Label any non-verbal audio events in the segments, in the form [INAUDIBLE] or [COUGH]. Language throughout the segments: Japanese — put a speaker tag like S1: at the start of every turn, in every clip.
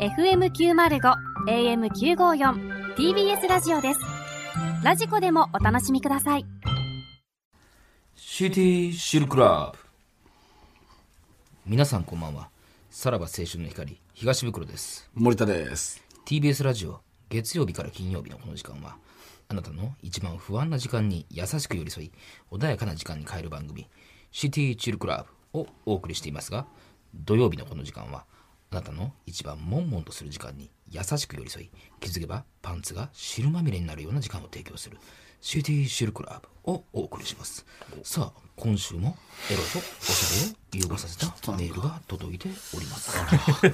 S1: FM905 AM954 TBS ラジオですラジコでもお楽しみください
S2: シティシルクラ
S3: 皆さんこんばんはさらば青春の光東袋です
S4: 森田です。
S3: TBS ラジオ月曜日から金曜日のこの時間はあなたの一番不安な時間に優しく寄り添い穏やかな時間に変える番組「シティチルクラブ」をお送りしていますが土曜日のこの時間はあなたの一番悶々とする時間に優しく寄り添い気づけばパンツが汁まみれになるような時間を提供する「シティシルクラブ」をお送りしますさあ今週もエロとおしゃれを融合させたメールが届いております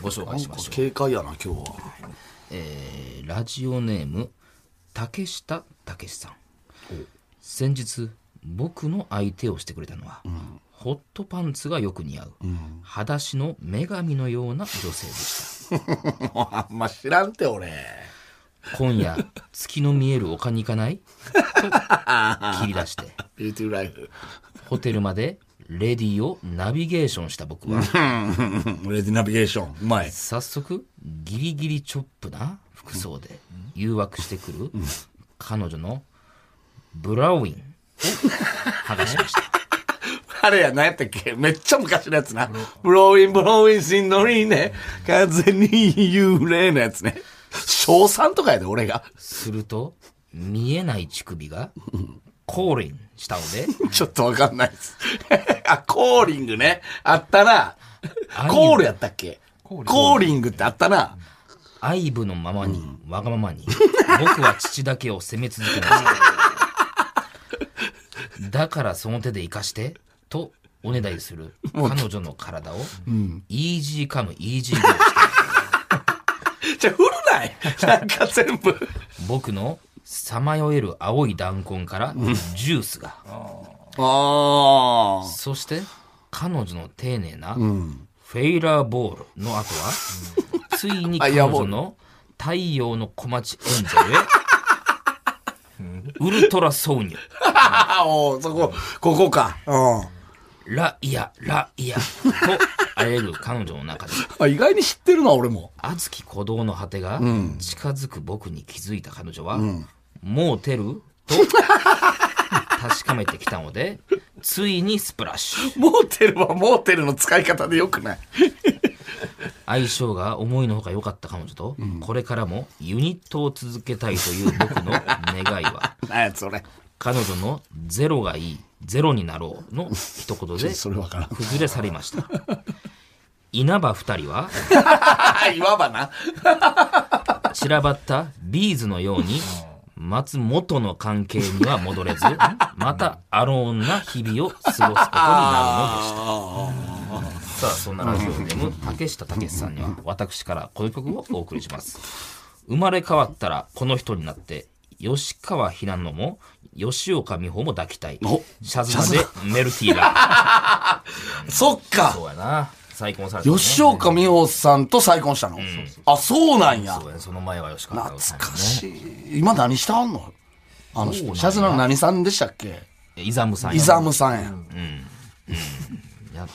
S3: ご紹介しましょう
S4: 警戒やな、今日は。
S3: えーラジオネーム竹下武さん先日僕の相手をしてくれたのは、ホットパンツがよく似合う、裸足の女神のような女性でし
S4: もうあんま知らんて、俺。
S3: た今夜月の見える丘に行かないと切り出して
S4: ビューティーライフ。
S3: ホテルまでレディーをナビゲーションした僕は
S4: うん、レディナビゲーション。うまい。
S3: 早速ギリギリチョップな服装で誘惑してくる彼女のブラウインを剥がしました
S4: あれや、何やったっけめっちゃ昔のやつな。ブローイン、ブローイン、しんどりね。風に幽霊のやつね。小3とかやで、俺が。
S3: すると見えない乳首がコーリンしたので
S4: ちょっとわかんないです。あ、コーリングね。あったな。コールやったっけコーリングってあったな。
S3: 愛部のままにわがままに僕は父だけを責め続けましただからその手で生かしてとおねだりする彼女の体をイージーカムイージーゴーして
S4: じゃ、振るない。なんか全部。
S3: 僕のさまよえる青い弾痕からジュースが、
S4: あ
S3: そして彼女の丁寧なフェイラーボールの後は、ついに彼女の太陽の小町エンゼルへウルトラ挿入
S4: あ。 [LAUGHS] おーそこ、ここか。うん。
S3: ライヤライヤと会える彼女の中で
S4: あ意外に知ってるな、俺も。
S3: 熱き鼓動の果てが近づく僕に気づいた彼女は、もうテると [LAUGHS] 確かめてきたのでついにスプラッシュ
S4: モーテルはモーテルの使い方でよくない。 [LAUGHS]
S3: 相性が思いのほか良かった彼女と、これからもユニットを続けたいという僕の願いは [LAUGHS]
S4: なんやそれ。 [LAUGHS]
S3: 彼女の「ゼロがいいゼロになろう」の一言で
S4: [LAUGHS] それわからん。
S3: 崩れ去りました稲葉二人は
S4: あ、いわばな。
S3: 散らばったビーズのように松元の関係には戻
S4: [LAUGHS]
S3: れずまたアローンな日々を過ごすことになるのでしたさあそんなラジオネーム竹下武さんには私からこの曲をお送りします生まれ変わったらこの人になって吉川ひなのも吉岡美穂も抱きたい
S4: お
S3: シャズナでメルティーラ
S4: そっか。
S3: そうやな再婚された、ね、
S4: 吉岡美穂さんと再婚したの、あ、そうなんや。
S3: そうやねその前は吉川ひな
S4: 懐
S3: のさんやね
S4: かしい。今何してはんのあの人。シャズナの何さんでしたっけ
S3: イザムさんや
S4: イザムさんや。
S3: や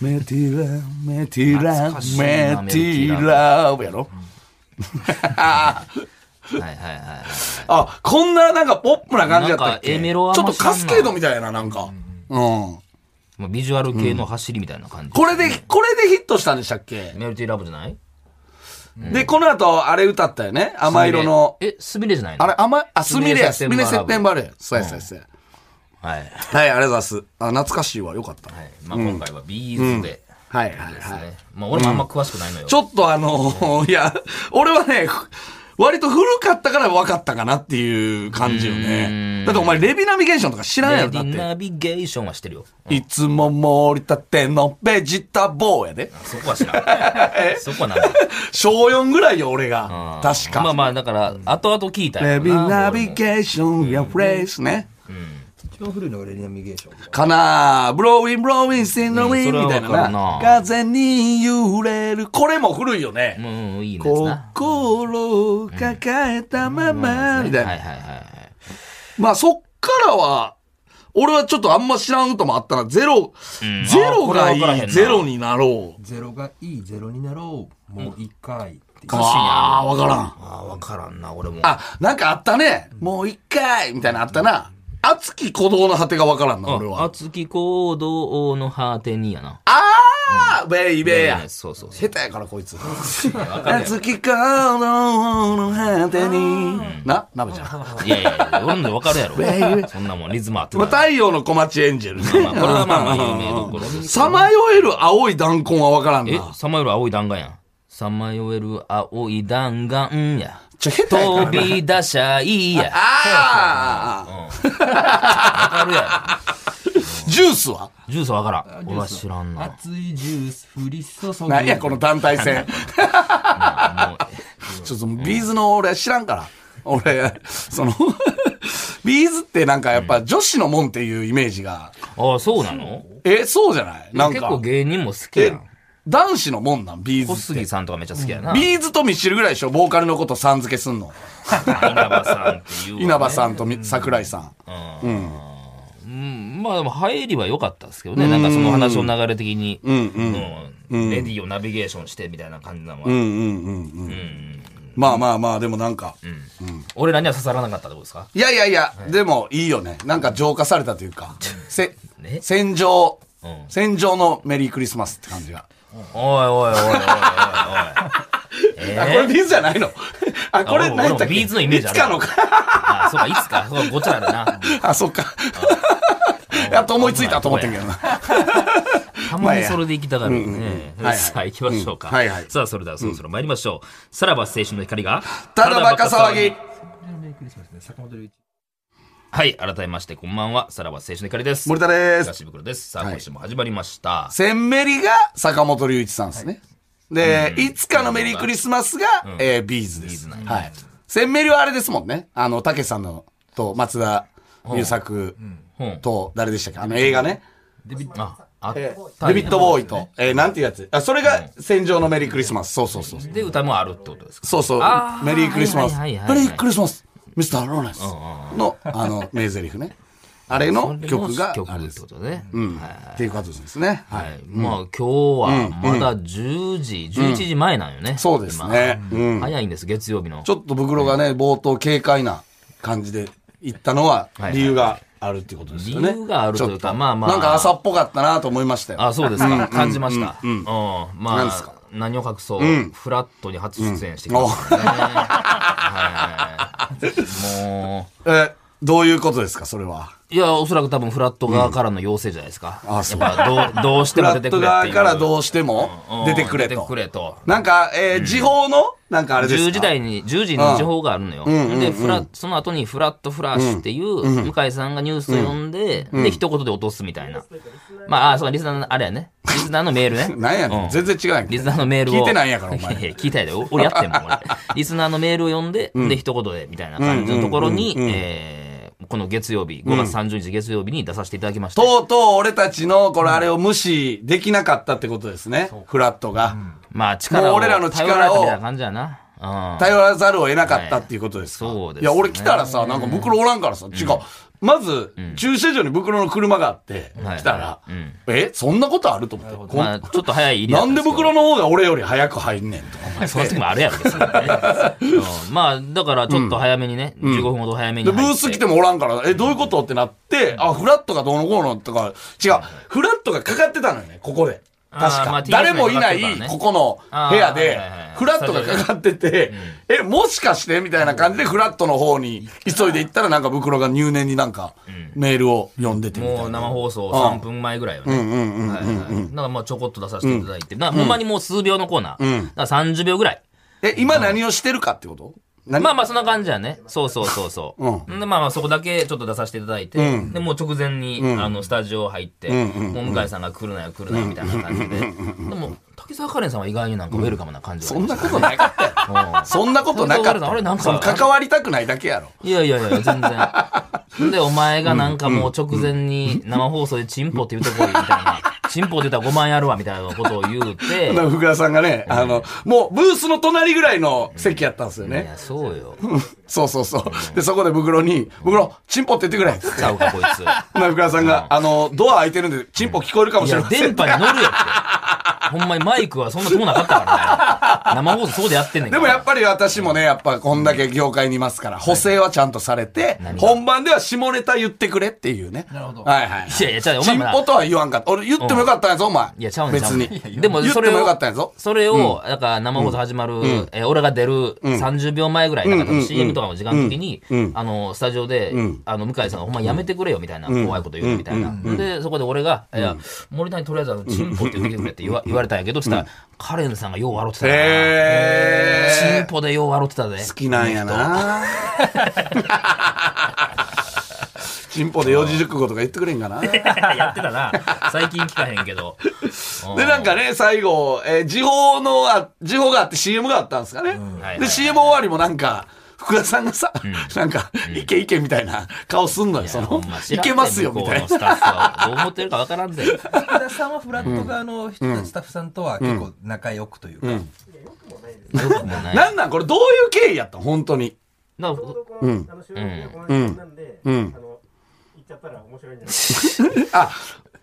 S4: メティラ、メティラ
S3: 懐かし、いな
S4: メティラ、やろ
S3: はいはいはいはい
S4: あ、こんななんかポップな感じだったっ
S3: なんか
S4: け
S3: エメロは
S4: ちょっ
S3: も
S4: と
S3: う知らん
S4: カ
S3: な
S4: スケードみたいな、なんか。うん。
S3: まあ、ビジュアル系の走りみたいな感じ、
S4: これで、これでヒットしたんでしたっけ、
S3: メルティーラブじゃない
S4: で、この後、あれ歌ったよね甘色の。
S3: えスミレじゃないの
S4: あれ、甘い、あ、スミレや、
S3: ス
S4: ス
S3: ミ
S4: ミ
S3: レ
S4: レ
S3: セ
S4: セ
S3: プ
S4: プ
S3: テ
S4: テ
S3: ン
S4: ン
S3: バ
S4: バレー。そうや、そうや、そうや。
S3: はい、はい、
S4: はい、ありがとうございます。あ、懐かしいわ。よかった。
S3: まあ、今回はビーズで
S4: はい、はい、
S3: ですね、
S4: はい。
S3: まあ俺もあんま詳しくないのよ、
S4: ちょっとあのー、いや、俺はね、ふ割と古かったから分かったかなっていう感じよね。だってお前、レビナビゲーションとか知らんや
S3: レ
S4: ろ、
S3: デ
S4: だっ
S3: ィ
S4: て。
S3: ナビゲーションはしてるよ
S4: いつも盛り立てのベジタボーやで。
S3: そこは知
S4: [LAUGHS]
S3: らんそこはなんだ
S4: 小4ぐらいよ、俺が。 [LAUGHS] 確か。
S3: まあまあだから後々聞いたんや
S4: レ
S3: ろな
S4: ビナビ
S3: 俺も
S4: ゲーションやフレースね。
S5: 一番古いのがレディナミゲーション。
S4: かなあブローイン、ブローイン、シンドウィン
S3: うん
S4: み
S3: そ
S4: た
S3: れ
S4: い
S3: は
S4: な
S3: わかるな
S4: な。風に揺れる。これも古いよね。
S3: うんうんいいのやつな
S4: 心を抱えたまま、みたい
S3: はい
S4: な。
S3: はいはいはい
S4: まあそっからは、俺はちょっとあんま知らんこともあったら、ゼロ、ゼロが
S3: あーこれわからへ
S4: い、
S3: んない
S4: ゼロになろう。
S5: ゼロがいいゼロになろう。もう一回っていう。
S4: ああ、わからん。
S3: ああ、わからんな、俺も。
S4: あ、なんかあったね。もう一回みたいなのあったな。熱き鼓動の果てがわからんな、俺は。
S3: 熱き行動の果てにやな。
S4: ああベイベーや。
S3: そうそうそう。
S4: 下手やから、こいつ。熱き鼓動の果てに。な、なべちゃん。
S3: いやいや、俺もわかるや
S4: [LAUGHS]
S3: ろ。そんなもん、リズムあって
S4: まあ、
S3: た。
S4: 太陽の小町エンジェルね。
S3: まあ、これはまあまあ有名どころです。
S4: さまよえる青い弾痕はわからん
S3: え
S4: な、。
S3: さまよる青い弾丸やん。さまよえる青い弾丸や。 [LAUGHS]
S4: ちょ、下手やから
S3: 飛
S4: な
S3: び出しゃいいや。
S4: ああ
S3: わかるやろ。
S4: ジュースは
S3: ジュースわからん。俺は知らんな。もう
S5: 熱いジュース降り注ぐ。
S4: 何やこの団体
S3: え
S4: 戦。ちょっとビーズの俺知らんから。俺、その、 [LAUGHS] ビーズってなんかやっぱ女子のもんっていうイメージが。
S3: ああ、そうなの
S4: え、そうじゃないなん
S3: 結
S4: か
S3: 構。芸人も好きや
S4: え
S3: ん。、
S4: 男子のもんなんビー
S3: 小
S4: ズっ
S3: 杉
S4: て。
S3: さんとかめっちゃ好きやな。稲
S4: ビーズとミシルぐらいでしょボーカルのことさん付けすんの。
S3: 葉さんっていうわね。
S4: 稲葉さんとみ桜井さん。
S3: うん。まあでも入りは良かったですけどね。なんかその話の流れ的に、うんレディをナビゲーションしてみたいな感じなのは、
S4: うんうんうんうん。まあまあまあ、でもなんか。
S3: 俺らには刺さらなかったってことですか
S4: いやいやいや、でもいいよね。なんか浄化されたというか。せ
S3: ね
S4: 戦場
S3: ん、
S4: 戦場のメリークリスマスって感じが。
S3: おいおいおいおいおいおい。え
S4: あ、
S3: ー
S4: これビーズじゃないの [LAUGHS] あ、これ
S3: あ
S4: 何やった
S3: 俺
S4: っけ
S3: もビーズのイメージあ
S4: い
S3: る
S4: つかのか。
S3: あそうか、いつか。そうかごちゃある
S4: [LAUGHS]
S3: な。
S4: あ、そっ
S3: [LAUGHS]
S4: か。やっと思いついたと思ってんけどな。
S3: たまにそれで行きたがるよね。
S4: はいはい
S3: さあ行きましょうか。
S4: うんはいはい
S3: さあそれではそろそろ参りましょう。さらば青春の光が、
S4: ただバカ騒ぎ。。
S3: はい、改めましてこんばんは。さらば青春の光です。
S4: 森田です。
S3: 東袋です。さあ
S4: はい
S3: 今週も始まりました。
S4: センメリが坂本龍一さんですね。で、いつかのメリークリスマスが、えービーズです。はい。センメリはあれですもんね。あの、たけさんの、と、松田優作
S3: うん
S4: と、誰でしたっけあの映画ね。
S3: あ、あった
S4: え
S3: よ
S4: ーデビッド・ボーイと、えーなんていうやつあ、それが戦場のメリークリスマス。そうそうそう。
S3: で歌もあるってことですか
S4: そうそう
S3: あ。ー
S4: メリークリスマス。
S3: は
S4: メ
S3: い
S4: リ
S3: はいはいはい
S4: ークリスマス。ミスター・ローレンスの、あ
S3: [LAUGHS]
S4: の、名台詞ね。あれの曲が
S3: 曲
S4: あ
S3: っ
S4: れで
S3: て
S4: す。
S3: ことね。
S4: うん。っていうことですね。は。
S3: はいい。まあ今日はまだ10時、11時前なんよね。
S4: そうですね。う
S3: 今。
S4: ん。
S3: 早いんです、月曜日の
S4: ち。ょっと袋がね、冒頭軽快な感じで言ったのは
S3: はい、はい
S4: 理由があるってことです
S3: 理
S4: よね。
S3: 由があるという
S4: ちょっ
S3: か、まあまあ。
S4: なんか朝っぽかったなと思いましたよ。
S3: あ、そうですか。感じました。うん。ま
S4: 何ですか
S3: あ、何を隠そう。フラットに初出演してきましたね。はいも
S4: え、どういうことですか、それは。
S3: う、いや、おそらく多分フラット側からの要請じゃないですか。
S4: あそう
S3: やっぱどう、どうし
S4: フ
S3: ても
S4: ラ
S3: 出
S4: ッ
S3: てくれ
S4: ト
S3: って
S4: 側
S3: いう
S4: からどうしても出てくれ
S3: 出て
S4: と
S3: く。れと。
S4: なんか、えー、時報の、なんかあれですか。
S3: 10時台に、10時に時報があるのよ。で、フラその後にフラットフラッシュっていう、向井さんがニュースを読んで、で、一言で落とすみたいな。まあ、あ、そうか、リスナーの、あれやね。リスナーのメールね
S4: [LAUGHS] なんやね
S3: うん
S4: ん。全然違うやんけ。
S3: リスナーのメールを。
S4: 聞いてないんやからお前
S3: いやいや聞いたやで。お俺やってんもん、
S4: [LAUGHS]
S3: 俺。リスナーのメールを読んで、で、一言で、みたいな感じのところに、えーこの月曜日、5月30日月曜日に出させていただきました。
S4: とうとう俺たちの、これあれを無視できなかったってことですね。フラットが。
S3: まあ、力を。
S4: もう俺らの力を
S3: 頼られたみたいな感じやな。うん。
S4: 頼らざるを得なかったっていうことですか。
S3: はいそうです
S4: い
S3: ね
S4: や、俺来たらさ、なんか袋おらんからさ、違う。まず、駐車場に袋の車があって、
S3: はい
S4: 来たら
S3: はいうん、
S4: え、そんなことあると思ってこん。
S3: まあ、ちょっと早い入りだ
S4: な
S3: った
S4: んで
S3: すけど
S4: 袋の方が俺より早く入んねん [LAUGHS] とか思って。
S3: その時もあるやろ、別にねうんまあ、だからちょっと早めにね、15分ほど早めに
S4: で、
S3: 入っ
S4: ブ
S3: て。
S4: ース来てもおらんから、え、どういうことってなって、あ、フラットがどうのこうのとか、違う、フラットがかかってたのよね、ここで。
S3: あー
S4: 確か。
S3: まあ TBS
S4: 誰もいな
S3: がかかってた
S4: い、
S3: ね
S4: ここの部屋で
S3: あーはいはいはい、
S4: フラットがかかってて、え、もしかしてみたいな感じで、フラットの方に急いで行ったら、なんか袋が入念になんか、メールを読んでてみた
S3: も
S4: いうな。
S3: 生放送3分前ぐらいよね。はいはいだからまあちょこっと出させていただいて、なほんまにもう数秒のコーナー。だから30秒ぐらい。
S4: え、今何をしてるかってこと何
S3: まあまあそんな感じやね。そうそうそうそう。でまあまあそこだけちょっと出させていただいて、でもう直前に、あのスタジオ入って、もう向井さんが来るなよ来るなよみたいな感じで。でも竹澤カレンさんは意外になんかウェルカムな感じ
S4: そんな
S3: こ
S4: ことなかったよ。 [LAUGHS] そんなことなかっ
S3: あれなん
S4: た。
S3: か
S4: その関わりたくないだけやろ。
S3: いやいやいや、全 [LAUGHS] [LAUGHS] 然。で、お前がなんかもう直前に生放送でチンポって言うとこいみたいな。チンポ出たら5万円あるわみたいなことを言う [LAUGHS] て、
S4: 福田さんがね、あの、もうブースの隣ぐらいの席やったんですよ
S3: い
S4: ね。
S3: や、そうよ。
S4: そうそうそう。で、そこでブクロに、ブクロ、チンポって言ってくれ。
S3: [LAUGHS] ちゃうか、こいつ。
S4: な福田さんが、あの、ドア開いてるんで、チンポ聞こえるかも
S3: い
S4: しれ
S3: や、
S4: ません。
S3: 電波に乗るよって。ほんまにマイクはそんな遠なかったからね。生放送そうでやってんねん
S4: で
S3: から
S4: もやっぱり私もね、やっぱこんだけ業界にいますから、補正はちゃんとされて、本番では下ネタ言ってくれっていうね。なるほど。はいはい。
S3: いやいやちゃうよお
S4: チ
S3: 前
S4: ン
S3: もな
S4: ポとは言わんかった。俺言ってもよかったんやぞ、お前。
S3: いや、ちゃうん
S4: 別に。
S3: でも、それ
S4: 言っても
S3: を
S4: よかったんやぞ、
S3: それを、だから生放送始まる、えー俺が出る30秒前ぐらい、なんか多分 CM とかの時間の時に、あの、スタジオで、あの、向井さんがほんまやめてくれよみたいな、怖いこと言うみたいな。で、そこで俺が、いや、森谷とりあえずあの、チンポって言ってくれって言わ言われたんやけど、つったら、カレンさんがよう笑ってたから。
S4: へ
S3: チン
S4: え。
S3: ポでよう笑ってたで。
S4: 好きなんやな。 [LAUGHS] チンポで四字熟語とか言ってくれんかな。で、
S3: やってたな。最近聞かへんけど。
S4: なんかね、最後、えー時報のあ、時報があって CM があったんですかね。
S3: はいはい
S4: で、CM 終わりもなんか、福田さんがさ、なんか、いけいけみたいな顔すんのよ、そ
S3: ほ
S4: の
S3: んま、知
S4: い
S3: らんて
S4: けますよ、
S3: 向
S4: み
S3: こう
S4: たい
S3: の
S4: な
S3: ス。タッフはどう思ってるかわからんぜ。
S5: 福田さんはフラット側の人たちスタッフさんとは結構仲良くというか、
S3: よくもない。
S4: なんなんこれどういう経緯やったの本当に。
S3: な
S6: うん、あの収録で同じなんで、
S4: うん
S6: あの言っちゃったら面白いんじゃない
S4: あ、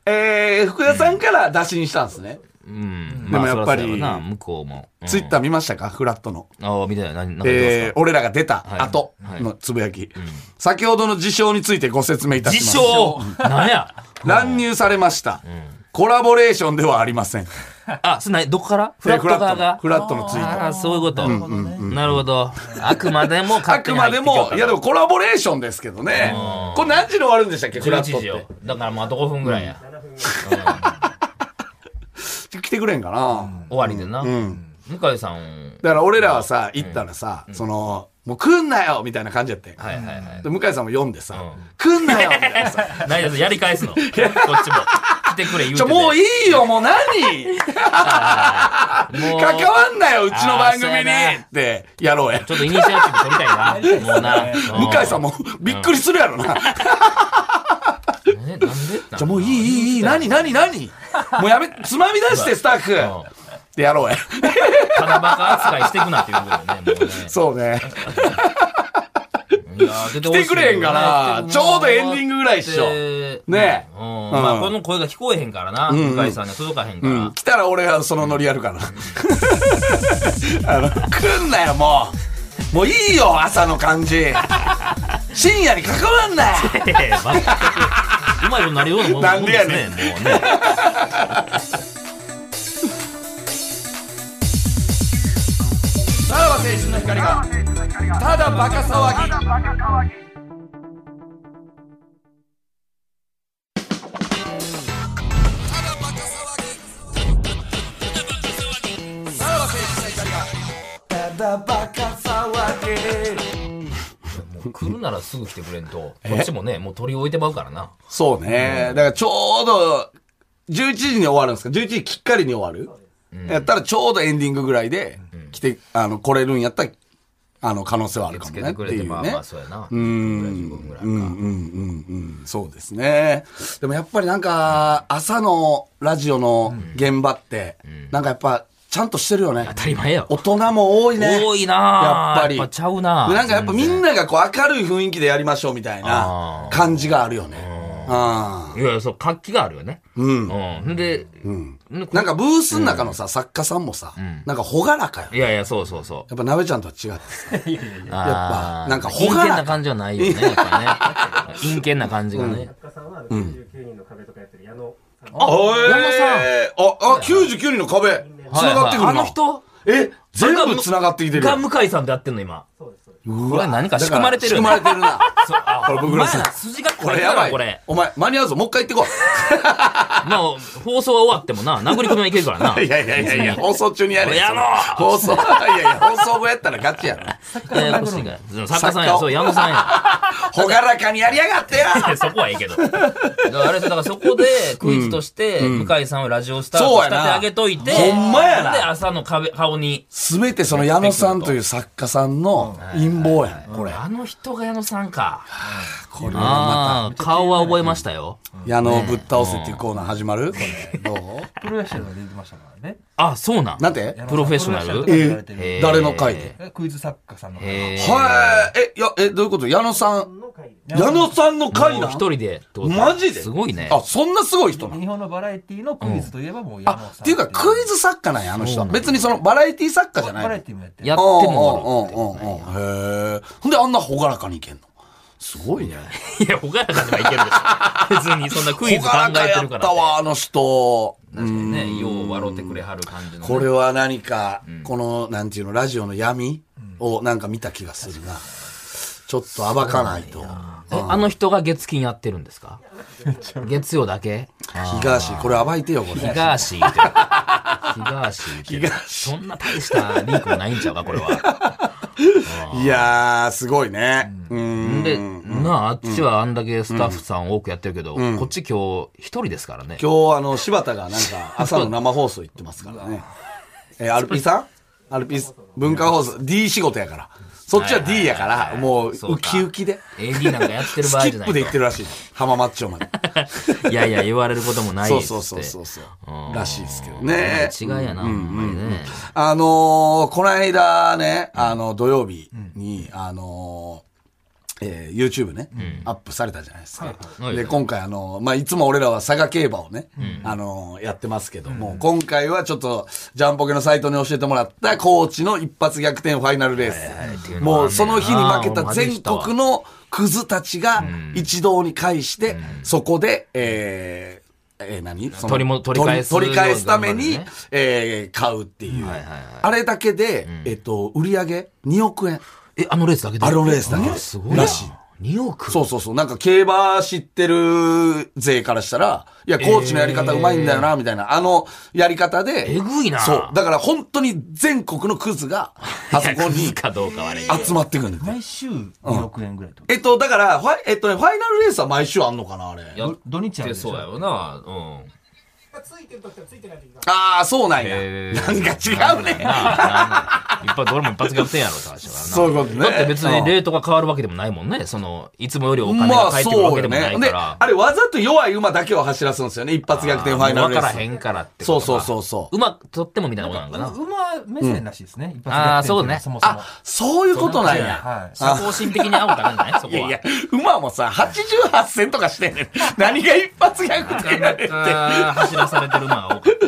S4: えー、福田さんから打診したんですね。
S3: うん。
S4: でもやっぱ
S3: まあそらそ
S4: り
S3: うやわな向こうも。うん
S4: ツイッター見ましたかフラットの。
S3: ああ、みたいな。何、何か
S4: えー、俺らが出た
S3: はい
S4: 後のつぶやき、先ほどの事象についてご説明いたし
S3: 自
S4: ます。
S3: 称なんや
S4: 乱入されました、コラボレーションではありません。
S3: あ、すなどこからフラット
S4: えー
S3: 側が
S4: フラットのフラットのツイート。
S3: ああ、そういうこと。なるほど。あくまでも
S4: あ
S3: 勝手
S4: く
S3: に入
S4: ま
S3: って
S4: で
S3: きよった
S4: も、いやでもコラボレーションですけどね。これ何時に終わるんでしたっけフラッ
S3: 11
S4: トっ
S3: 時よ
S4: て。。
S3: だからもうあと5分ぐらいや。
S4: 来てくれんかな、
S3: 終わりでな。向井さん、
S4: だから俺らはさ、行ったらさ、その、もう来んなよみたいな感じやって。
S3: はいはいはい。
S4: で向井さんも読んでさ、
S3: うん
S4: 来んなよみたいな
S3: [LAUGHS]
S4: さ。
S3: 何やつやり返すの。こっちも。来てくれ言うて
S4: ち
S3: て。
S4: ょ、もう
S3: い
S4: いいよ、も
S3: [LAUGHS]
S4: う何
S3: もう
S4: 関わんなよ、うちの番
S3: あー
S4: 組
S3: そう
S4: に
S3: やな
S4: って、やろうや
S3: ち。ょっとイニシアチブ取りたいな。もうな。
S4: 向井さん
S3: も。
S4: もびっくりするや [LAUGHS] ろな。
S3: えなんで
S4: じゃあもういい、いい、いい、何、何、何もうやめ、つまみ出して、スタッフ。
S3: うん
S4: で、やろうや。
S3: ただバカ扱いしてくなっていうことよね。
S4: [LAUGHS]
S3: もうね
S4: そうね。
S3: いやー出てほしい
S4: 来てくれへんかな
S3: ね
S4: ちょうどエンディングぐらいっしょねえ
S3: うん
S4: うん
S3: まあ、この声が聞こえへんからな。向井さんには届かへんか
S4: う
S3: ら。
S4: ん。来たら俺がそのノリやるから。あの、来んなよ、もう。もういいよ、朝の感じ。深夜に関わんなよ。
S3: ええまあ全くうまいことなるようなもん
S4: なんでやねん
S3: もんですねもうね。
S4: [LAUGHS] さらば青春の光が、ただバカ騒ぎ。
S3: もう来るならすぐ来てくれん
S4: [LAUGHS]
S3: と、こっちもね、もう取り置いてまうからな。
S4: そうね。だからちょうど、11時に終わるんですか ?11 時きっかりに終わる、やったらちょうどエンディングぐらいで、来て、あの、来れるんやったら、あの、可能性はあるか
S3: つ
S4: も
S3: け
S4: ね。
S3: て
S4: っ
S3: く
S4: て
S3: れ
S4: い
S3: て、
S4: うね。
S3: まあまあ、そうやな。15分ぐらいか。
S4: そうですね。でもやっぱりなんか、朝のラジオの現場って、なんかやっぱ、ちゃんとしてるよね。
S3: 当たり前やろ。
S4: 大人も多いね。
S3: 多いな
S4: やっぱり
S3: やっぱちゃうな
S4: でなんかやっぱみんながこう明るい雰囲気でやりましょうみたいな
S3: あー
S4: 感じがあるよね。あ
S3: いやいや、そう、活気があるよね。うん。うん。で、ねこ
S4: なんかブースの中のさ、作家さんもさ、なんか朗らかよ。
S3: いやいや、そうそうそう。
S4: やっぱ鍋ちゃんとは違ってさ
S3: やっ
S4: ぱなんか
S3: 陰
S4: ほがら
S3: 険
S4: か
S3: な感じはないよね。やっぱね [LAUGHS] 陰険な感じがね。
S6: 作家さんはあの99人の壁とかやってる矢野さん、
S4: あ、え
S3: 山さん
S4: あ、あ、99人の壁、繋がってくるな。
S3: あの人
S4: え、全部繋がってきてる
S3: が
S4: よ。
S3: 向井さんとやってんの、今。
S6: そうですそうです
S4: うわ
S3: これ何か仕組まれてる
S4: だ
S3: よね
S4: から仕組まれてるな。
S3: そうあ
S4: これ僕らさ
S3: お前ら筋が
S4: [LAUGHS] こ
S3: こ
S4: れ
S3: れ
S4: や
S3: や
S4: ば
S3: ば
S4: い。
S3: い。これ。
S4: お前、間に合うぞ。もう一回行ってこ
S3: まあ、放送は終わってもな、殴り込みはいけるからな。
S4: [LAUGHS] い。いやいやいやいや、放送中にやれ。
S3: これやろう
S4: 放送、いやいや、放送後やったらガチやろ。 [LAUGHS]
S3: ややこしいから。作家さん
S4: 作家
S3: や、
S4: を
S3: そう、矢野さんや。 [LAUGHS]
S4: ほがらかにやりやがってよ
S3: いやそこはいいけど。だからあれだからそこでクイズとして、向井さんをラジオスター
S4: そう
S3: ト
S4: や
S3: 立
S4: な
S3: て上げといて、
S4: ほんまやな
S3: で、朝の壁顔に。
S4: すべてその矢野さんという作家さんの陰謀やん、これ。
S3: あの人が矢野さんか。か。
S4: これはま
S3: ああ、顔は覚えましたよ。
S4: た、矢野をぶっ倒すっていうコーナー始まるこれ、どう
S5: プロフェッショナルが出てましたからね。
S3: あ、そうなん。
S4: なんて
S3: プロフェッショナル
S5: プロフェッショナルとか言われて
S3: え
S5: る
S3: ー
S4: 誰の回で
S5: えクイズ作家さんの方
S3: えー
S4: はい、え、いや、え、どういうこと矢野さん。
S6: の回で
S4: 矢野さんの回
S3: もう
S4: な
S3: 一人でってこと
S4: マジです
S3: ごいね。
S4: あ、そんなすごい人なの
S5: 日本のバラエティのクイズといえばもう矢野さん
S4: あ、っていうか、クイズ作家なんや、あの人は。別にその、バラエティ作家じゃない。
S5: バラエティもやってる
S3: やっても終わるって
S4: うんうんうんうん。へえ。ほんで、あんな朗らかにいけんの。すごいね。
S3: いや、ほがらかにはいけるでしょ。別にそんなクイズ考
S4: 朗らか
S3: えて
S4: や
S3: るか
S4: っ
S3: ら
S4: た
S3: って。
S4: わ、あの人。
S3: 確かにね、よう笑ってくれはる感じのね。
S4: これは何か、この、なんていうの、ラジオの闇をなんか見た気がするな。ちょっと暴かないと。
S3: えあの人が月金やってるんですか月曜だけ
S4: 東、これ暴いてよ、これ。
S3: 東って。 [LAUGHS] 東言うて。そんな大したリークもないんちゃうか、これは。
S4: いやー、すごいね。うん。
S3: で、なあ、あっちはあんだけスタッフさん多くやってるけど、こっち今日一人ですからね。
S4: 今日、あの、柴田がなん [LAUGHS] か、朝の生放送行ってますからね。 [LAUGHS] えーアルピーさんアルピーさん文化放送、D 仕事やから。そっちは D やから、もう、
S3: そう
S4: ウ
S3: か
S4: キウキで。
S3: AD なんかやってる
S4: [LAUGHS] ス
S3: 場合
S4: キ
S3: じゃ
S4: ッ
S3: ない
S4: プで行って
S3: と。
S4: るらしい。浜松町まで。
S3: いやいや、言われることも [LAUGHS] ない
S4: そ
S3: で
S4: う
S3: す
S4: そ
S3: っ
S4: うそう
S3: て。
S4: そうそう
S3: うん。
S4: らしいですけど
S3: え
S4: ね。
S3: ー違いやな、ほんまにね。
S4: あのーこの間ね、あの、土曜日に、あのーえー YouTube ね、アップされたじゃないですか。
S3: はい
S4: で、今回あのー、まあ、いつも俺らは佐賀競馬をね、あのーやってますけども、今回はちょっと、ジャンポケのサイトに教えてもらった、高知の一発逆転ファイナルレー
S3: って
S4: ス。
S3: いうのはあんねんな
S4: もう、その日に負けた全
S3: 俺も外
S4: 国のクズたちが一堂に会して、そこで、えーえー何その
S3: 取りも取り返す
S4: 取り取り返すために、
S3: ように頑張るね
S4: えー買うっていう、
S3: はいはいはい
S4: あれだけで、えっと、売り上げ2億円。
S3: え、あのレースだけで
S4: あのレースだけ
S3: あすごいな。
S4: らしい
S3: 2億
S4: そうそうそう。なんか競馬知ってる勢からしたら、いや、コーチのやり方うまいんだよな、みたいな、あのやり方で。
S3: えぐいな
S4: そう。だから本当に全国のクズ
S3: [LAUGHS]
S4: が、あそこ
S3: いや
S4: に
S3: クズかどうかはね。
S4: 集まってくるんだって
S5: 毎週2億円ぐらいとか。
S4: えっと、だから、ファイえっとね、ファイナルレースは毎週あんのかな、あれ。
S3: やっ
S5: 土日ある
S3: て
S5: でし
S3: そ
S5: ょ
S3: うやろな。うん。
S6: ついてる時とついてない時が
S4: ああ、そうなんや。
S3: え
S4: な
S3: ー
S4: んか違うね。
S3: なあなんなん一発、どれも一発逆転やろ、確かにな。
S4: そういうことね
S3: だって別にレートが変わるわけでもないもんね。その、いつもよりお金が返ってくるわけでもないか
S4: で、
S3: ら
S4: あ。れわざと弱い馬だけを走らすんですよね。一発逆転ファイナルレ
S3: わからへ
S4: ース。
S3: んからって。
S4: そうそうそうそう
S3: うまく取ってもみたいなことなんかな。
S5: 馬目線らしいですね。一発
S3: あー
S5: 逆転っていのは
S3: そうね
S5: もそも。
S4: そういうことなんや。
S5: はい。
S3: 社交心的に合うためじゃないそ
S4: い
S3: こは。
S4: やいや、馬もさ、88戦とかしてんねん。何が一発逆
S3: な
S4: 転
S3: か
S4: や
S3: な
S4: ねん。
S3: か走らされてる馬が多かったよね、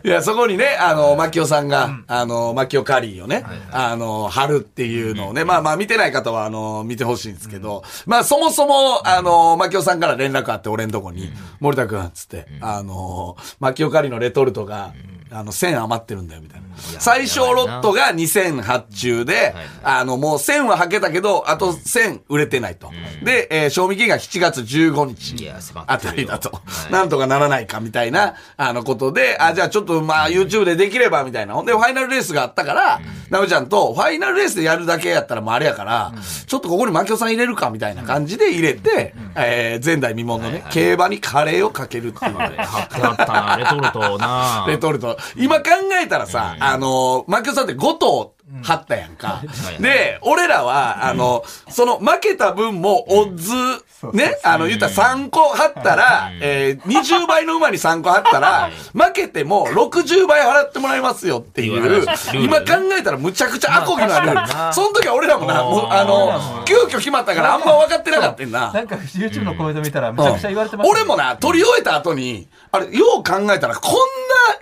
S3: あれ。
S4: いや、そこにね、あの、マキオさんが、あの、マキオカリーをね、あの、貼るっていうのをね、まあまあ見てない方は、あの、見てほしいんですけど、まあそもそも、あの、マキオさんから連絡あって、俺んとこに、森田くん、つって、あの、マキオカリーのレトルトが、あの、1000余ってるんだよ、みたいな。最小ロットが2000発注で、あの、もう1000ははけたけど、あと1000売れてないと。で、えー賞味期限が7月15日。
S3: いや迫ってる
S4: あ
S3: よ
S4: たりだと
S3: は。い
S4: なんとかならないかみたいな、あのことで、あ、じゃあちょっとまあ YouTube でできればみたいな。ほんで、ファイナルレースがあったから、ナムちゃんとファイナルレースでやるだけやったらもうあれやから、ちょっとここにマキオさん入れるかみたいな感じで入れて、えー前代未聞のね、競馬にカレーをかけるっ
S3: [LAUGHS]
S4: ていう。
S3: 貼ってあったな、レトルトをな。
S4: レトルト。今考えたらさ、あの、マキオさんって5頭張ったやんか。で、俺らは、あの、その負けた分もオッズ、ね、あの、言ったら3個張ったら、えー、20倍の馬に3個張ったら、負けても60倍払ってもらいますよってい
S3: っていう
S4: う
S3: 話ル、ール
S4: 今考えたらむちゃくちゃアコギなル
S3: まあ確かに
S4: ー
S3: な
S4: ル。その時は俺らもな、もうあの、急遽決まったからあんま分かってなかったんな。
S5: なんか YouTube のコメント見たらめちゃくちゃ言われてましたね。
S4: 俺もな、取り終えた後に、あれ、よう考えたら、こん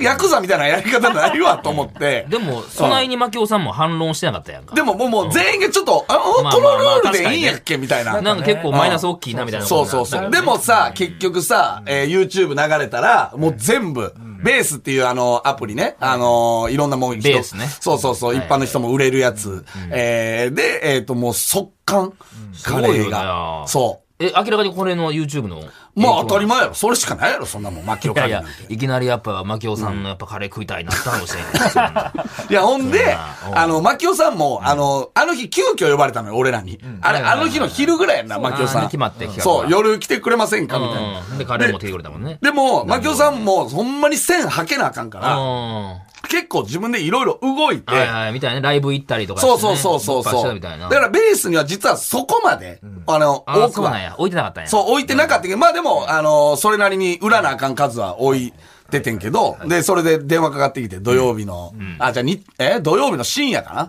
S4: なヤクザみたいなやり方ないわと思って。
S3: でも、備えにマキオさんも反論してなかったやんか。
S4: でも、もう、もう全員がちょっと、あ、お
S3: まあ
S4: こ
S3: まあまあ
S4: のルールでいいんやっけみたいな。
S3: なんか結構マイナス大きいなみたいなこと
S4: そう
S3: にな
S4: そう
S3: ったけど
S4: そう。でもさ、結局さ、えー YouTube 流れたら、もう全部、ベースっていうあの、アプリね、あのー、いろんなもん、
S3: ベースね
S4: そうそうそう、一般の人も売れるやつ。えーで、えっと、もう速乾、カ
S3: すごい
S4: レー
S3: よ
S4: が
S3: な。
S4: そう。
S3: え、明らかにこれの YouTube の。
S4: まあ当たり前やろ。それしかないやろ、そんなもん。マキオ
S3: い
S4: カ
S3: やい
S4: リーなん
S3: や
S4: て。、
S3: いきなりやっぱ、マキオさんのやっぱカレー食いたいなったのしてんやんそんない
S4: や、ほんで、
S3: うん
S4: あの、牧雄さんも、あの、あの日急遽呼ばれたのよ、俺らに。あれ、あの日の昼ぐらいやんな、牧雄さ
S3: あ
S4: ん。
S3: ー決まって企画が
S4: そう、夜来てくれませんかみたいな。
S3: うん。で、カレーも手てきてくれたもんね。
S4: でも、牧雄さんも、ほんまに線吐けなあかんから、
S3: う
S4: 結構自分でいろいろ動いて、
S3: はいはい、みたいなね。ライブ行ったりとかして
S4: そ
S3: ね
S4: うそうそ
S3: い
S4: うそう
S3: っぱいし
S4: そ
S3: て
S4: う。
S3: たみたいな。
S4: だからベースには実はそこまで、あの、
S3: あ
S4: 多
S3: そ
S4: く
S3: うなん
S4: は
S3: や。置いてなかったんや。
S4: そう、置いてなかったけど、まあでも、あの、それなりに売らなあかん数は置いててんけど、で、それで電話かかってきて、土曜日の、あ、じゃあに、え土曜日の深夜かな、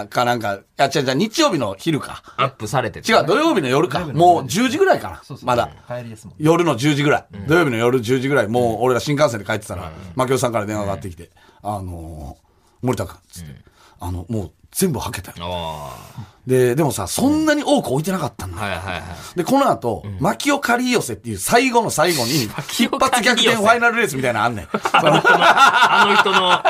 S4: あかなんか、あ、違う違う、日曜日の昼か。
S3: アップされてて
S4: 違う、土曜日の夜か。もう10時ぐらいかな、まだ。
S5: 帰りですもん。
S4: 夜の10時ぐらい、土曜日の夜10時ぐらい、もう俺ら新幹線で帰ってたら、マキオさんから電話がかかってきて、あのー森田君、つって、あの、もう全部はけたよ。
S3: あ
S4: で、でもさ、そんなに多く置いてなかったんだ
S3: あ。はいはい
S4: [LAUGHS]
S3: はい。
S4: で、この後、マキオカリ寄せっていう最後の最
S3: [LAUGHS]
S4: 後に、一
S3: オ
S4: 発
S3: カリ寄
S4: 逆
S3: せ
S4: 転ファイナルレースみたいなの
S3: [LAUGHS]
S4: あんねん。
S3: あの人の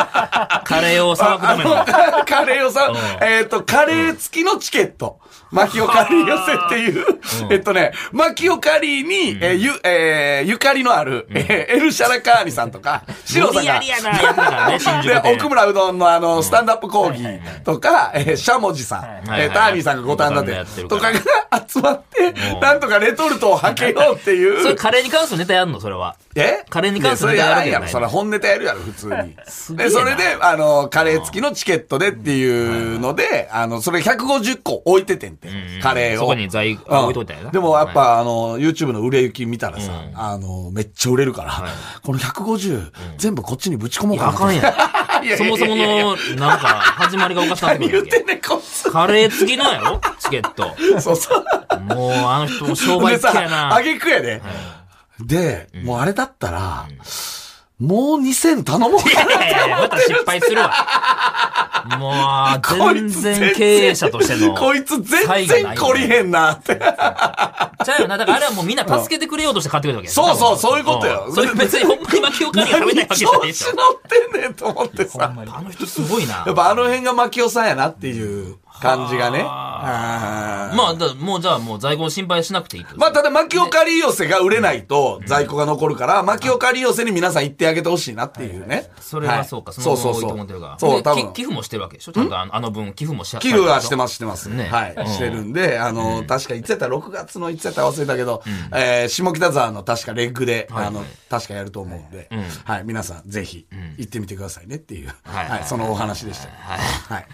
S3: カレーをさばくため
S4: [LAUGHS]
S3: の。
S4: あのカレーをさ、えっと、カレー付きのチケット。マキオカリ寄せっていう、えっとね、マキオカリに、えーゆ、えーゆかりのある、えーエルシャラカーニさんとか、シロ
S3: [LAUGHS] 無
S4: さん
S3: 理や
S4: が
S3: り、やな、やってたからね、新
S4: で
S3: 宿、で。
S4: 奥村うどんのあの、スタンダップ講義とか、えーしゃもじさん、
S3: はい
S4: えーターニーさんが五反
S3: 五
S4: 田
S3: 反田や
S4: で
S3: ってる、
S4: と
S3: か
S4: からが集まって、なんとかレトルトをはけようって
S3: そ
S4: い
S3: れ
S4: う。
S3: カレーに関するネタやんのそれは。
S4: え
S3: カレーに関する
S4: い
S3: ネ
S4: や
S3: タ
S4: そ
S3: やるわ
S4: れやら
S3: け
S4: ん
S3: じ
S4: や
S3: ゃ
S4: ろ。
S3: ない
S4: それ本ネタやるやろ、普通
S3: [LAUGHS]
S4: に。
S3: げえ
S4: で、
S3: な
S4: それで、あの、カレー付きのチケットでっていうので、あの、それ150個置いててんて
S3: ん、
S4: カレーを。
S3: そこに在
S4: うん
S3: 置いといたんやな
S4: でもやっぱ、あの、YouTube の売れ行き見たらさ、あの、めっちゃ売れるから、この150、全部こっちにぶち込もう
S3: い
S4: か
S3: や、
S4: な
S3: あか
S4: と思っ
S3: ん
S4: て。
S3: やん。
S4: [LAUGHS] いやいやいやいや
S3: そもそもの、なんか、始まりがおかしなって
S4: 何
S3: くる
S4: 言
S3: や
S4: っ
S3: ん
S4: てんねん、こいつ。
S3: カレー付きのやろチケット。
S4: そ
S3: [LAUGHS]
S4: うそう。
S3: もう、あの人も商売
S4: で
S3: 好きや
S4: さ、あ
S3: な。
S4: げくやで。で、もうあれだったら、もう2000頼もうか
S3: いやいやまた失敗する
S4: [LAUGHS]
S3: わ。も
S4: こ
S3: う、
S4: い
S3: 全
S4: つ
S3: 然経営者としての。
S4: [LAUGHS] こいつ全然懲りへんなって。
S3: ちゃうよな。だからあれはもうみんな助けてくれようとして買ってくるわけや
S4: そうそうそういうことよ
S3: んそれ別にほんまに巻きおかりが食べたいわけじゃない
S4: 調
S3: でし
S4: 子
S3: ょ。
S4: 乗ってんねんと思ってさ。
S3: あの人すごいな。
S4: やっぱあの辺がマキオさんやなっていう感じがね。あー
S3: まあ、だもうじゃあもう在庫を心配しなくていいと。
S4: まあ、ただ、マキオカリ寄せが売れないと在庫が残るから、マキオカリ寄せに皆さん行ってあげてほしいなっていうね。
S3: それはそうか、
S4: はい
S3: その分
S4: そう
S3: 多
S4: そ
S3: い
S4: うそ
S3: と
S4: う
S3: 思ってるから。
S4: そう、
S3: で
S4: 多
S3: き
S4: 分。
S3: 寄付もしてるわけでしょちゃんとあのあの分寄付もし。
S4: 寄付はしてますす、してます。
S3: ね
S4: はい、
S3: うん
S4: してるんで、あの、確かいつやったら6月のいつやったら忘れたけど、えー下北沢の確かレッグで、
S3: はい
S4: あの、確かやると思うんで、はい、皆さんぜひ行ってみてくださいねっていう、
S3: はい
S4: はい、そのお話でした。はい。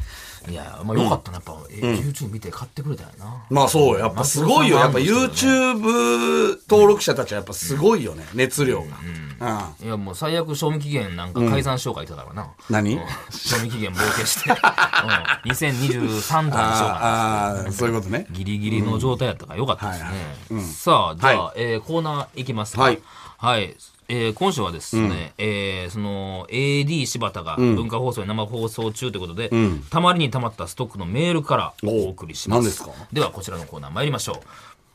S3: いや、まあよかったな。やっぱ、え YouTube 見て買ってくれたよな。
S4: まあそう、やっぱすごいよ。やっぱ
S3: マキオさんは
S4: YouTube 登録者たちはやっぱすごいよね、熱量が。うん。
S3: いや、もう最悪賞味期限なんか解散しようか言ってたからな。
S4: 何
S3: 賞味期限冒険して、うん、2023度にしようかな。
S4: ああ、そういうことね。
S3: ギリギリの状態やったからよかったですね。
S4: はい
S3: さあ、じゃあ、
S4: は
S3: えーコーナーいきますか。
S4: はい。
S3: はいえー今週はですね、えーその AD 柴田が文化放送に生放送中ということで、たまりにたまったストックのメールからお送りします。
S4: お何ですか
S3: ではこちらのコーナー参りましょう。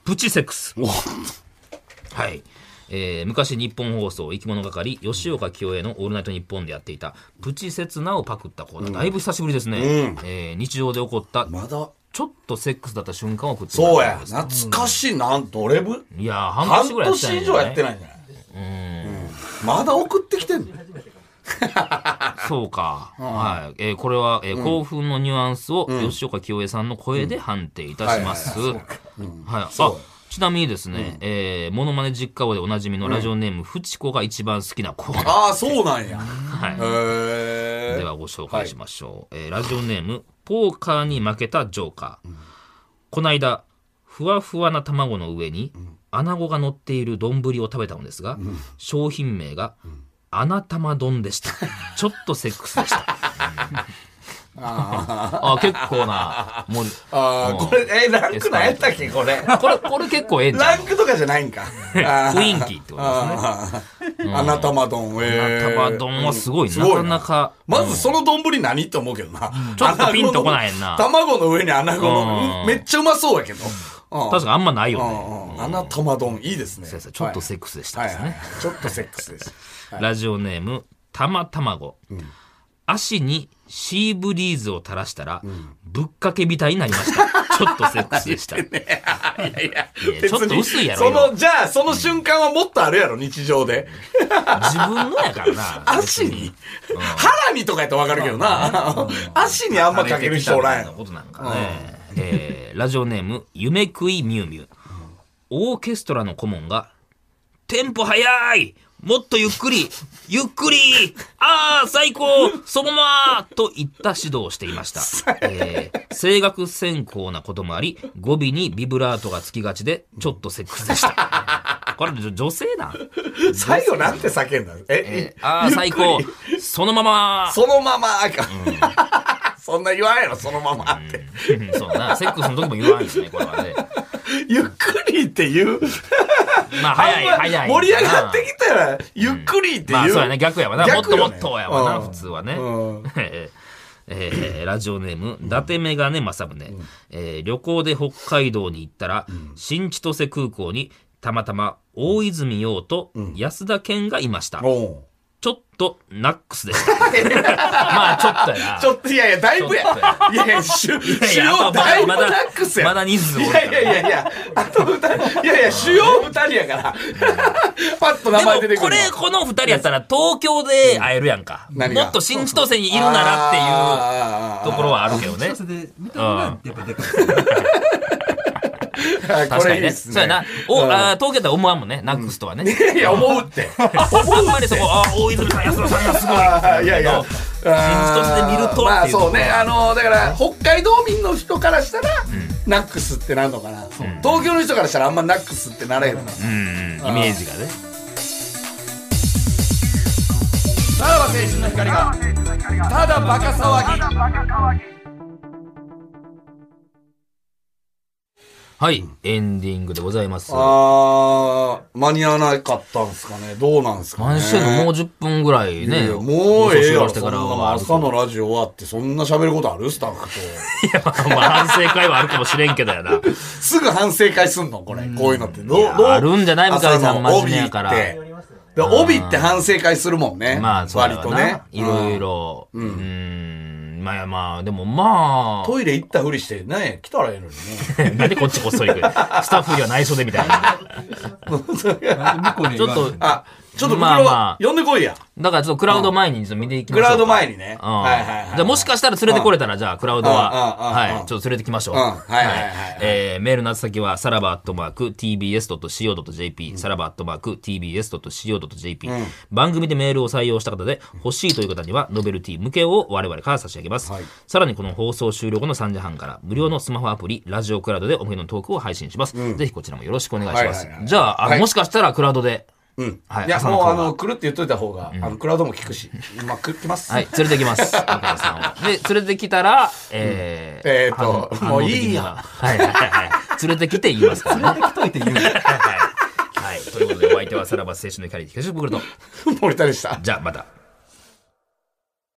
S3: プチセックス。
S4: お
S3: はい。えー昔日本放送生き物係吉岡清江の「オールナイトニッポン」でやっていたプチ刹那をパクったコーナー、だいぶ久しぶりですね、えー日常で起こった
S4: まだ、
S3: ちょっとセックスだった瞬間を送ってもら
S4: そう
S3: った
S4: や。
S3: んです
S4: 懐かしい。なんと、俺ぶ、
S3: いやー半
S4: 半
S3: 年ぐらいやってな
S4: 年
S3: いん
S4: 以
S3: じゃな
S4: 上
S3: い
S4: やってないんじゃないうんまだ送ってきてんの
S3: そうか、はい、えーこれは、えー興奮のニュアンスを吉岡清江さんの声で判定いたします、はいあちなみにですね、えーモノマネ実家王でおなじみのラジオネーム、フチコが一番好きなコーナー
S4: ああ、そうなんや。
S3: はい
S4: へ
S3: で
S4: え。
S3: はご紹介しましょう、えーラジオネームポーカーに負けたジョーカー、こないだふわふわな卵の上に穴子が乗っている丼を食べたのですが、商品名が穴玉丼でしたちょっとセックスでしたあ結構なもう
S4: ああ、これ、え、ランクなんやったっけ、これ。
S3: これこれ結構ええんじゃ
S4: ラ
S3: ん
S4: ンクとかじゃないんか。あー
S3: 雰囲気ってことですね
S4: あーあなたま丼、えー
S3: 穴玉丼はすごい、
S4: うん
S3: なかなか
S4: まずその丼何って思うけどな。
S3: ちょっとピンとこない
S4: [LAUGHS]
S3: な
S4: 卵の上に穴子の、
S3: うん
S4: めっちゃうまそうやけど。確
S3: 確かにあんまないよね、
S4: うんうん穴玉丼いいですね
S3: そうです。ちょっとセックスでした
S4: は
S3: で
S4: い
S3: すね、
S4: はいはいちょっとセックスです。
S3: ラジオネームたまたまご、足にシーブリーズを垂らしたら、ぶっかけみたいになりま
S4: [LAUGHS]
S3: したちょっとセックスでした、
S4: いやいや
S3: いやちょっと薄いやろ
S4: 別にその、じゃあ、その瞬間はもっとあるやろ、日常で。
S3: 自分のやからな
S4: [LAUGHS] 足に腹にとかやったらわかるけどな。足にあんまかける人おらんやろ。
S3: ことなんかね、えーラジオネーム夢食いミュウミュウオーケストラの顧問が「テンポ早いもっとゆっくり、ゆっくり、ああ、最高、そのままといった指導をしていました。えー、声楽専攻なこともあり、語尾にビブラートがつきがちで、ちょっとセックスでした。これ女女性なん
S4: 最後なんて叫んだ
S3: え
S4: え
S3: ー、ああ、最高、そのまま
S4: そのままあかんそんな言わんやろ、そのままって。
S3: うんそうだな、セックスの時も言わんよね、これはね。
S4: ゆっくりって言う。
S3: まあ、早い、
S4: あんまり
S3: 早い。
S4: 盛り上がってきたら、ゆっくりって言う。
S3: まあそうやね逆やわな、もっ
S4: 逆
S3: と
S4: よ
S3: も
S4: ね
S3: っとやわな、
S4: うん
S3: 普通はね、
S4: うん
S3: [LAUGHS] えーえーラジオネーム伊達メガネ政宗、えー旅行で北海道に行ったら、新千歳空港にたまたま大泉洋と安田健がいました、
S4: おう
S3: ちょっとナックスで
S4: [LAUGHS]
S3: したまあちょっとやな
S4: ちょっと、いやいや、だいぶや
S3: ちょっとや。
S4: いやいや、主
S3: い
S4: 主
S3: や
S4: 要、だいぶナックスや。
S3: まだ人数多い
S4: い
S3: か
S4: や
S3: ら
S4: いやいやいや、あと二人、いやいや、主要二人やから。パッと名前出
S3: でも
S4: てく
S3: こ
S4: る
S3: れ
S4: の。
S3: この二人やったら東京で会えるやんか、
S4: 何
S3: も
S4: が
S3: っと新千歳にいるならっていう
S4: あー
S3: ところはあるけどね
S5: 一つで見たのがやっぱでかいですね
S4: あー
S3: 確
S4: こ
S3: か
S4: れ
S3: に
S4: いい
S3: ね。
S4: っ
S3: そ
S4: す
S3: うやな
S4: ね。。
S3: お、あー東京だと思わんもんね。ナックスとはね。
S4: いや、思
S3: [LAUGHS]
S4: うって。
S3: あんまりそこ、あー大泉さん、安田さんがすごい。
S4: あーいやいや。
S3: 新千歳で見るとっていう
S4: まあそうね
S3: ところ
S4: あのだから北海道民の人からしたら、ナックスってなんのかな、東京の人からしたらあんまナックスってなれへんのかな、
S3: うん、イメージがね。
S4: さらば青春の光がただバカ騒ぎ
S3: はい、エンディングでございます。
S4: あー間に合わなかったんですかねどうなんですかね
S3: 何してんのもう10分ぐらい
S4: いやい
S3: ね。
S4: やもうええや
S3: 放送終了
S4: ろ
S3: して
S4: そ
S3: か
S4: んな
S3: ら
S4: の
S3: は。
S4: 朝のラジオ終わってそんな喋ることあるスタッフと
S3: まあ、反省会はあるかもしれんけどやな。
S4: [LAUGHS] すぐ反省会すんのこれこういうのってどう
S3: いや
S4: どう
S3: あるんじゃない向井さん
S4: 朝の
S3: 真面目やから
S4: 帯ってで帯って反省会するもんね、
S3: まあ、そう
S4: 割
S3: や
S4: と
S3: わ
S4: ね
S3: な。いろいろ。うーん。まあまあ、でもまあ、
S4: トイレ行ったふりして、ね、来たらえ
S3: [LAUGHS]
S4: えのにね。
S3: なんでこっちこっそり行くスタッフには内緒でみたい
S4: [LAUGHS]
S3: な。
S5: 向こうに
S3: ちょっと
S5: 言われて
S4: あ、ちょっと袋、
S3: まあまあ
S4: 呼んでこいや。
S3: だからちょっとクラウド前にちょっと見ていきま
S4: ク
S3: しょうか。
S4: ラウド前にね。
S3: うん
S4: はいはいはい。
S3: じゃあもしかしたら連れてこれたら、じゃあ、クラウドは、
S4: うんうんうんうん
S3: はい、ちょっと連れてきましょう。
S4: うんはいはいはいはい
S3: えーメールの宛先は、さらばアットマーク tbs.co.jp、さらばアットマーク tbs.co.jp、番組でメールを採用した方で、欲しいという方には、ノベルティ向けを我々から差し上げます。さらにこの放送終了後の3時半から、無料のスマホアプリ、ラジオクラウドでおまけのトークを配信します。ぜひこちらもよろしくお願いします。
S4: はいはいはい
S3: じゃあ、あの
S4: はい
S3: もしかしたらクラウドで、
S4: うん。
S3: はい
S4: いや、
S3: 朝の
S4: もう
S3: 顔
S4: あ
S3: が
S4: の、来るって言っといた方が、あの、クラウドも聞くし。まあ、来来ます。
S3: はい、連れてきます。赤田さんをで、連れてきたら、えー、
S4: えーと
S3: 反応
S4: もういいや
S3: 反応的にははいはいはい。連れてきて言いますからね。はい
S5: 来といて言う
S3: はい。はい。ということで、お相手はさらば青春の怒り、東ブクルと。
S4: [LAUGHS] 森田でした。
S3: じゃあ、また。